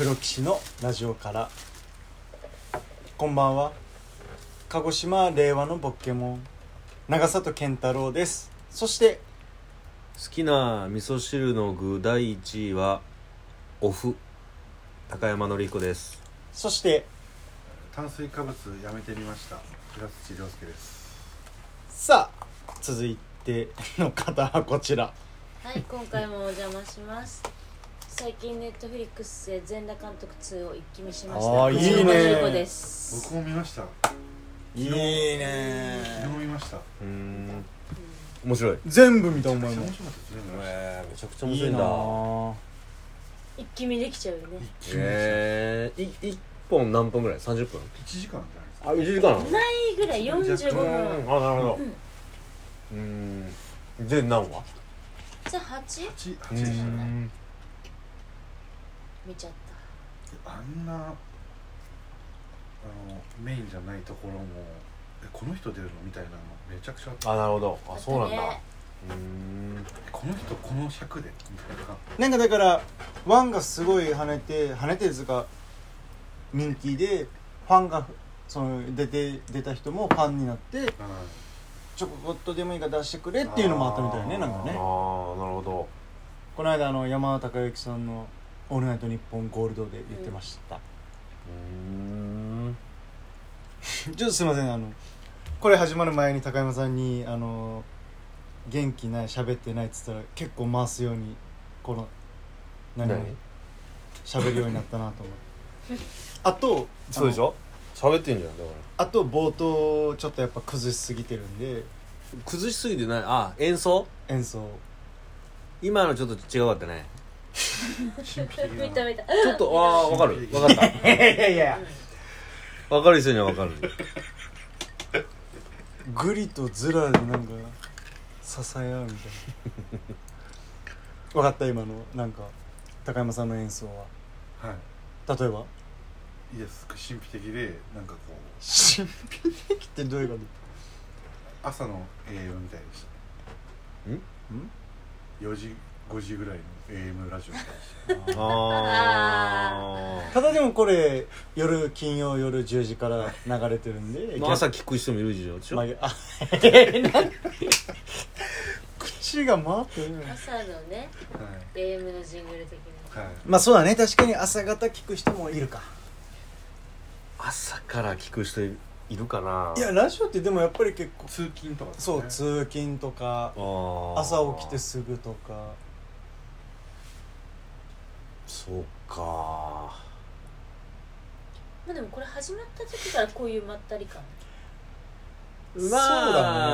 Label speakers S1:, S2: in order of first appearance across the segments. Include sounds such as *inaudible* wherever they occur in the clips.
S1: 力士のラジオからこんばんは鹿児島令和のポケモン長里健太郎ですそして
S2: 好きな味噌汁の具第1位はおふ高山紀彦です
S1: そして
S3: 炭水化物やめてみました平土涼介です
S1: さあ続いての方はこちら
S4: はい、今回もお邪魔します。最近ネットフリックスで全裸監督2を一気見しました。
S1: あーいいね
S4: 藤間優子です。
S3: 僕も見ました
S1: いい
S3: 昨日
S1: ね
S3: 見ました
S2: うーん面白い
S1: 全部見たお
S3: め
S1: 前
S3: っちゃ
S1: も
S3: 面白かったですね見まし
S2: えー、めちゃくちゃ面
S1: い
S2: 白
S1: い
S2: いん
S1: な
S2: だ
S1: あ
S4: 一気見できちゃうよね。
S2: えー、い1本何分ぐらい30分
S3: た1時間じゃないですか
S2: あ1時間
S4: いいぐらい45分。
S2: あなるほどうーん全何話
S4: じゃあ 8?
S3: 8, 8でしたね
S4: 見ちゃった。
S3: あんなあのメインじゃないところもえこの人出るのみたいなのめちゃくちゃあった
S2: あなるほどあそうなんだ
S4: あとね
S2: うーん
S3: えこの人この尺でみたいな
S1: なんかだからワンがすごい跳ねて跳ねてるとか人気でファンがその出て出た人もファンになって
S3: あ
S1: ちょこっとでもいいから出してくれっていうのもあったみたいね
S3: あー
S1: なんか
S2: ああなる
S1: ね
S2: ほど
S1: この間あの山田孝之さんの「オールナイトニッポンゴールド」で言ってました、
S2: うーん
S1: ちょっとすいませんあのこれ始まる前に高山さんにあの元気ない喋ってないっつったら結構回すようにこの何
S2: 何
S1: 喋るようになったなと思って *laughs* あと
S2: そうでしょ喋ってんじゃんだから
S1: あと冒頭ちょっとやっぱ崩しすぎてるんで
S2: 崩しすぎてないあ演奏
S1: 演奏
S2: 今のちょっと違かったね
S3: あ神秘的
S4: 見た
S3: な
S4: 見た。
S2: ちょっとああわかるわかっ
S1: いやいやいや
S2: たわかる人にはわかる
S1: グリとズラでなんか支え合うみたいなわかった今のなんか高山さんの演奏は
S3: は
S1: 例えば
S3: いいいです神秘的でなんかこう
S1: 神秘的ってどういうこ
S3: 朝の AM みたいでした
S1: とん
S3: 4時5時ぐらいの AM ラジオみたいでした
S2: あ
S1: ただでもこれ夜金曜夜10時から流れてるんで
S2: あ朝聞く人もいるでしょ
S1: まああ *laughs* 口が回ってる
S4: 朝のね、
S3: は
S4: AM のジングル的な。
S3: い、はい
S1: まあそうだね確かに朝方聞く人もいるか
S2: 朝から聞く人いるかない
S1: やラジオってでもやっぱり結構
S3: 通勤とかです
S1: そ
S3: ね
S1: う通勤とか朝
S2: 朝
S1: 起きてすぐとか
S2: そうか
S4: まあでもこれ始まった時からこういうまったり感。
S1: そう
S2: ま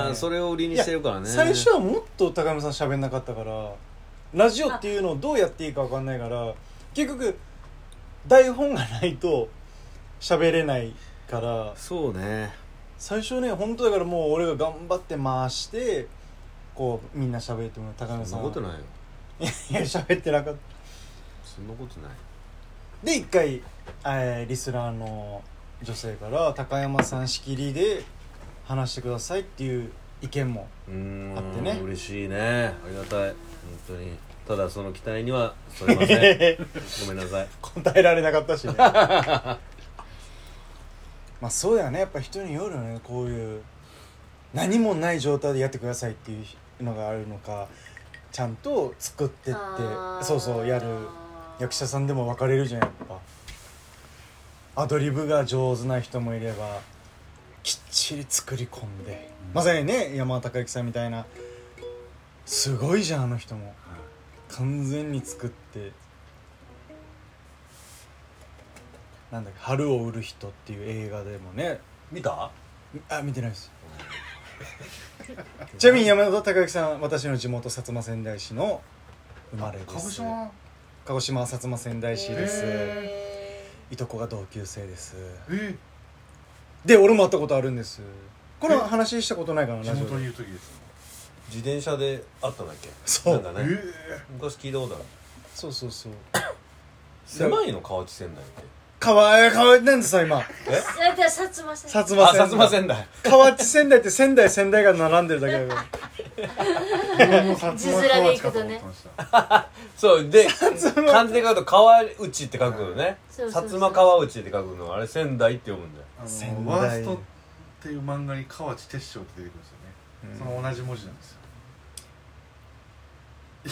S2: あ
S1: だね
S2: それを売りにしてるからね
S1: 最初はもっと高山さん喋んなかったからラジオっていうのをどうやっていいか分かんないから結局台本がないと喋れないから
S2: そうね
S1: 最初ね本当だからもう俺が頑張って回してこうみんな喋ってもらう高
S2: そん
S1: 山
S2: な
S1: さん
S2: こと
S1: い
S2: ないよ
S1: や喋ってなかった
S2: そんなことない
S1: で一回、えーリスナーの女性から高山さん仕切りで話してくださいっていう意見
S2: *laughs*
S1: も
S2: うーん
S1: あってね
S2: 嬉しいねありがたい本当にただその期待にはそれませ
S1: *laughs*
S2: んごめんなさい
S1: 答えられなかったしね *laughs* まあそうだよねやっぱ人によるよねこういう何もない状態でやってくださいっていうのがあるのかちゃんと作ってって
S4: あー
S1: そうそうやる役者さんでも分かれるじゃんやっぱアドリブが上手な人もいればきっちり作り込んで、まさにね山田孝之さんみたいなすごいじゃんあの人も
S3: はい
S1: 完全に作ってなんだっけ「春を売る人」っていう映画でもね
S2: 見た
S1: あ見てないです
S3: *laughs*
S1: ちなみに山田孝之さん私の地元薩摩川内市の生まれです
S3: 鹿児島
S1: 鹿児島は薩摩川内市です、
S4: へ
S1: いとこが同級生です
S3: え
S1: で俺も会ったことあるんですこれは話したことないかな
S3: 地
S1: ラジオ
S3: 元にい
S1: で
S3: る時です
S2: 自転車で会ったんだっけ
S1: そう
S2: なんか
S3: え
S2: ね
S3: え
S2: 昔聞いたことある
S1: そうそうそう
S2: 狭いの川内仙台って
S1: かわいいかわいいなんでさ今
S2: え
S4: ー。大体薩摩さん。
S1: 薩摩川内
S2: あ薩摩仙台
S1: 河内仙台って仙台仙台が並んでるだけだから
S3: 俺も薩摩川内かと思ってました
S2: そうで漢字で書くと川内って書くのね
S4: そう
S2: 薩
S4: そうそう
S2: 摩川内って書くのあれ仙台って読むんだよ
S3: あ
S1: 仙台
S3: のワーストっていう漫画に河内鉄章って出てくるんですよねその同じ文字なんです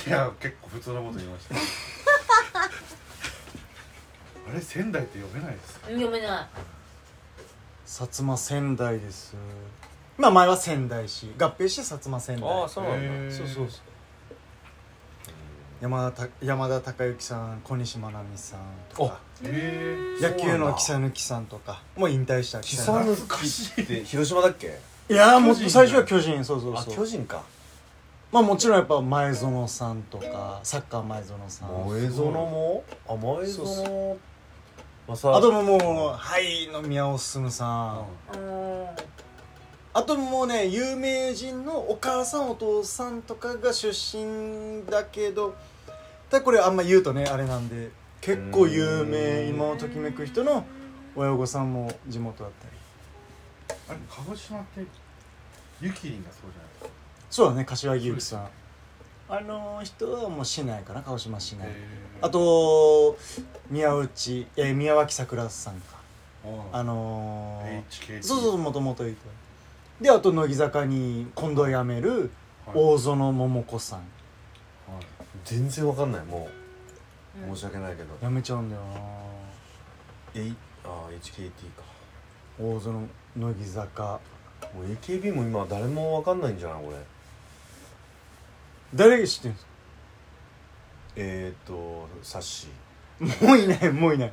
S3: よいや結構普通のこと言いましたあれ仙台って読めないです
S4: 読めな
S1: 薩摩仙台ですまあ前は仙台市合併して薩摩仙
S2: あ
S1: 台
S2: あそうなん
S3: へ
S2: だ
S3: ー
S2: そうそうそう
S1: 山田た山田孝之さん小西真奈美さんとか
S4: い
S3: え
S1: 野球の木佐抜さんとかもう引退した木
S2: 木
S1: 佐
S2: 更
S1: 貫
S2: 津木って広島だっけ
S1: いやーもう
S3: 巨人
S1: 最初は巨人そうそう
S2: あ
S1: そう
S2: 巨人か
S1: まあもちろんやっぱ前園さんとかサッカー前園さん
S2: 萌え園もあ萌え
S1: そう
S2: 園まさ
S1: あともうもうはいの宮尾進さん、
S4: うん
S1: あともうね有名人のお母さんお父さんとかが出身だけどただこれあんま言うとねあれなんで結構有名今をときめく人の親御さんも地元だったり
S3: あれ鹿児島ってゆきりんがそうじゃないですか
S1: そうだね柏木由紀さんあの人はもう市内かな鹿児島市内、あ
S3: と
S1: と宮内えー宮脇さくらさんかあ
S3: あの
S1: のー
S3: HKT
S1: そうそうもともといてであと乃木坂に今度辞める
S3: はい
S1: 大園桃子さん
S3: はい
S2: 全然わかんないも
S4: う
S2: うん申し訳ないけど
S1: 辞めちゃうんだよな
S2: えいああ HKT か
S1: 大園乃木坂
S2: もう AKB も今誰もわかんないんじゃないこれ
S1: 誰が知ってるんです
S2: えーっとサッシー
S1: かもういないもういない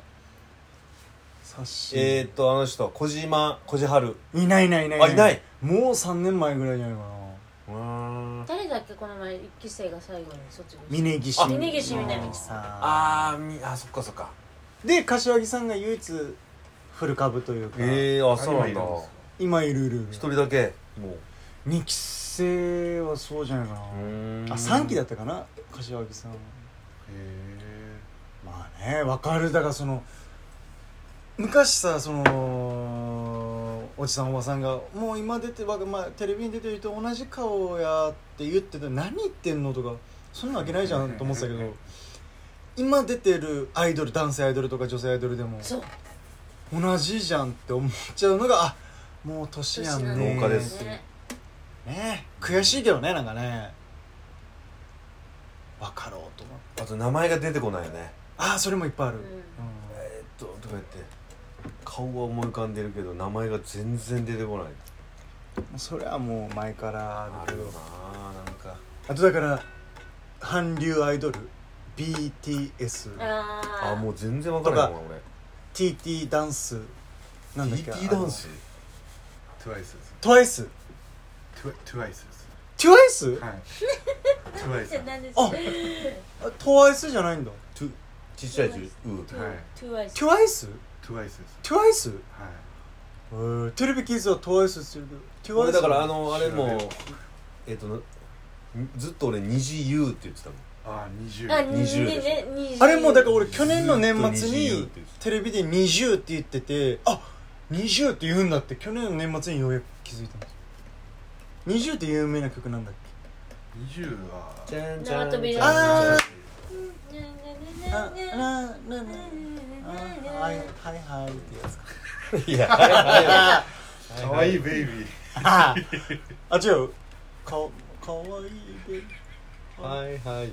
S1: さっしー
S2: えーっとあの人小島小島春
S1: いないいないいない
S2: あいない
S1: もう3年前ぐらいじゃないかな
S2: うーん
S4: 誰だっけこの前一期生が最後に卒業した
S1: 峯岸
S2: あ
S4: 峯岸みなみ
S1: さん
S2: あーみあそっかそっか
S1: で柏木さんが唯一古株というか、
S2: ええー、あそうなんだ
S3: 今いるん
S1: 今いる
S3: ですか
S1: いるいる
S2: 一人だけもう
S1: 二期生はそうじゃないかな、
S2: うーん
S1: あ三3期だったかな柏木さんは
S3: へ
S1: まあねわかるだからその昔さそのおじさんおばさんが「もう今出て、わまあ、テレビに出てる人同じ顔や」って言ってて「何言ってんの?」とかそんなわけないじゃんと思ってたけど今出てるアイドル男性アイドルとか女性アイドルでも
S4: そう
S1: 同じじゃんって思っちゃうのがあもう年やんね
S2: 老化です
S1: ね
S4: ね
S1: 悔しいけどねなんかね分かろうと思って
S2: あと名前が出てこないよね
S1: ああそれもいっぱいある、
S4: う
S1: うん
S4: ん
S2: えーっととか言って顔は思い浮かんでるけど名前が全然出てこない
S1: それはもう前からあ
S2: あ
S1: る
S2: る
S1: け
S2: よ
S1: ど
S2: ななんか
S1: あとだから韓流アイドル BTS
S4: あー
S2: あもう全然わからないもん俺
S1: TT ダンスなんだっけ
S2: DT ダンス
S3: ー TWICE ですね
S1: トワイス
S3: TWICE です
S1: トワイス
S3: はい
S4: じゃ
S3: TWICE
S4: あ
S3: はい
S4: 何です
S1: あトワイスじゃないんだ
S2: トゥちっちゃい十う
S4: トゥ
S3: はい
S4: トゥワイス
S1: トワイス
S3: TWICE です
S1: トワイス
S3: はい
S1: えーテレビキッズはトワイスするけどトワイ
S2: 俺
S1: ス
S2: だからあのあれ
S3: 知ら
S2: も
S3: ない
S2: えーっとずっと俺虹 U って言ってたもん
S3: あ20
S4: あ
S2: 20です
S4: ね20
S1: あれもだから俺去年の年末
S2: ずっと20
S1: に
S2: って言って
S1: テレビで「20」って言っててあ20って言うんだって去年の年末にようやく気づいたんです20って有名な曲なんだっけ
S3: 20は
S2: じゃんじゃ
S4: 縄
S2: ん
S4: 跳び
S2: じ
S4: で
S2: ゃん
S1: あ
S4: ねねねね
S1: あ
S4: ねね
S1: ななな
S4: ね
S1: あ
S4: ねね
S1: はいはいはいってやつか
S2: いやあれあれ
S1: あ
S3: かわいいベイビー
S1: ああ違うかかわいいで
S2: はいはいじゃない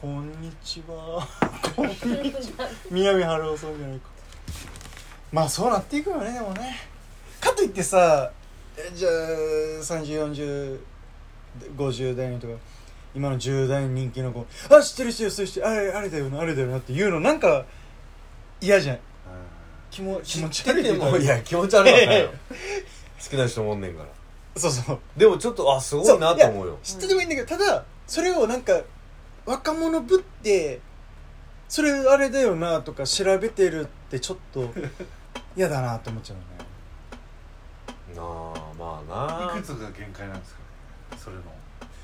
S1: こんにちはこんにちは宮城春夫さんじゃないかまあそうなっていくよねでもねかといってさえじゃあ304050代の人が今の10代に人気の子あ知ってる知ってるそしてあれあれだよなあれだよなって言うのなんか嫌じゃん気も気持ち悪い
S2: で
S1: けど
S2: もいや気持ち悪いわかるよ好きな人もおんねんから
S1: そうそう
S2: でもちょっとあすごいなと思うよ
S1: 知っててもいいんだけどただそれをなんか若者ぶってそれあれだよなとか調べてるってちょっ
S4: *laughs*
S1: と嫌だなと思っちゃうよね
S2: なあま
S3: あ
S2: あ
S3: ーい
S2: な
S3: くつが限界なんですかねそれの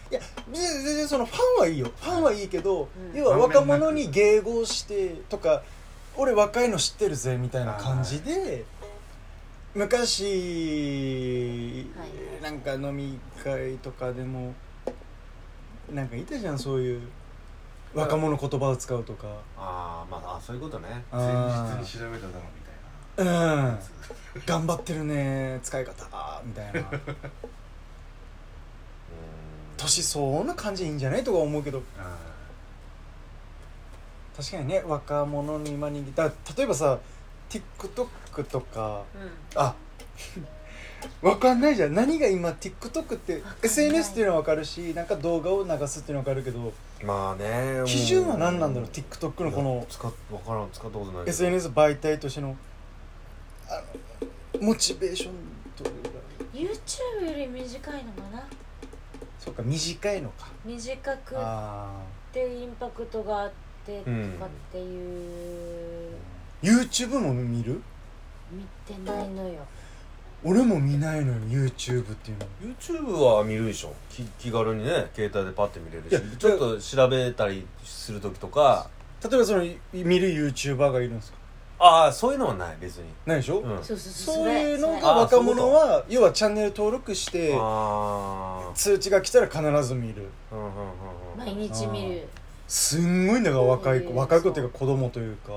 S1: いや全然そのファンはいいよファンはいいけど、
S4: うん
S1: 要は若者に迎合してとか俺若いの知ってるぜみたいな感じで昔、
S4: はい
S1: なんか飲み会とかでもなんかいたじゃんそういう若者言葉を使うとか
S2: ああまああそういうことね
S1: あ
S3: 前日に調べただろみたいな
S1: ーうん頑張ってるね使い方みたいな
S2: うん
S1: 年相応な感じいいんじゃないとか思うけど
S3: あ
S1: 確かにね若者に今人気だ例えばさ TikTok とか
S4: うん
S1: あ *laughs* わかんないじゃん何が今 TikTok って
S4: かんない
S1: SNS っていうのはわかるしなんか動画を流すっていうのはわかるけど
S2: まあね
S1: 基準は何なんだろう
S2: も
S1: TikTok のこの
S2: 使っ分からん使ったことないけど
S1: SNS 媒体としてのあのモチベーションというか
S4: YouTube より短いのかな
S1: そうか短いのか
S4: 短く
S1: あ
S4: ってインパクトがあって
S2: う
S4: と
S2: ん
S4: かっていう、
S1: ー YouTube も見る
S4: 見てないのよ
S1: 俺も見ないのよ YouTube っていうの
S2: YouTube は見るでしょ気気軽にね携帯でパッて見れる
S1: いや
S2: しちょっと調べたりする時とか
S1: 例えばその見る YouTuber がいるんですか
S2: ああそういうのはない別に、
S1: ないでしょ、
S2: うん、あ
S4: そうそうそう
S1: そういうのが
S2: あ
S1: 若者は要はチャンネル登録して
S2: あ
S1: 通知が来たら必ず見る
S2: ーうんうんうんうん
S4: 毎日見る
S1: すんごいんだから若い
S4: へ
S1: 子
S4: ー
S1: 若い子っていうか子供というか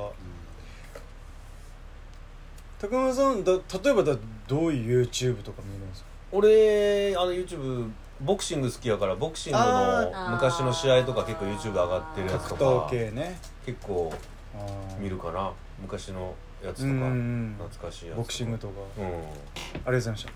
S1: 高村さんだ例えばだどういう YouTube とか見るんですか
S2: 俺あの YouTube ボクシング好きやからボクシング
S1: あ
S2: の
S4: ー
S2: 昔の試合とか結構 YouTube 上がってるやつ
S1: 格
S2: とか
S1: 闘系ね
S2: 結構
S1: あー
S2: 見るかな昔のやつ
S1: うんうん
S2: と
S1: う
S2: か
S1: ん
S2: 懐かしいやつ
S1: ボクシングとか
S2: うん
S1: ありがとうございました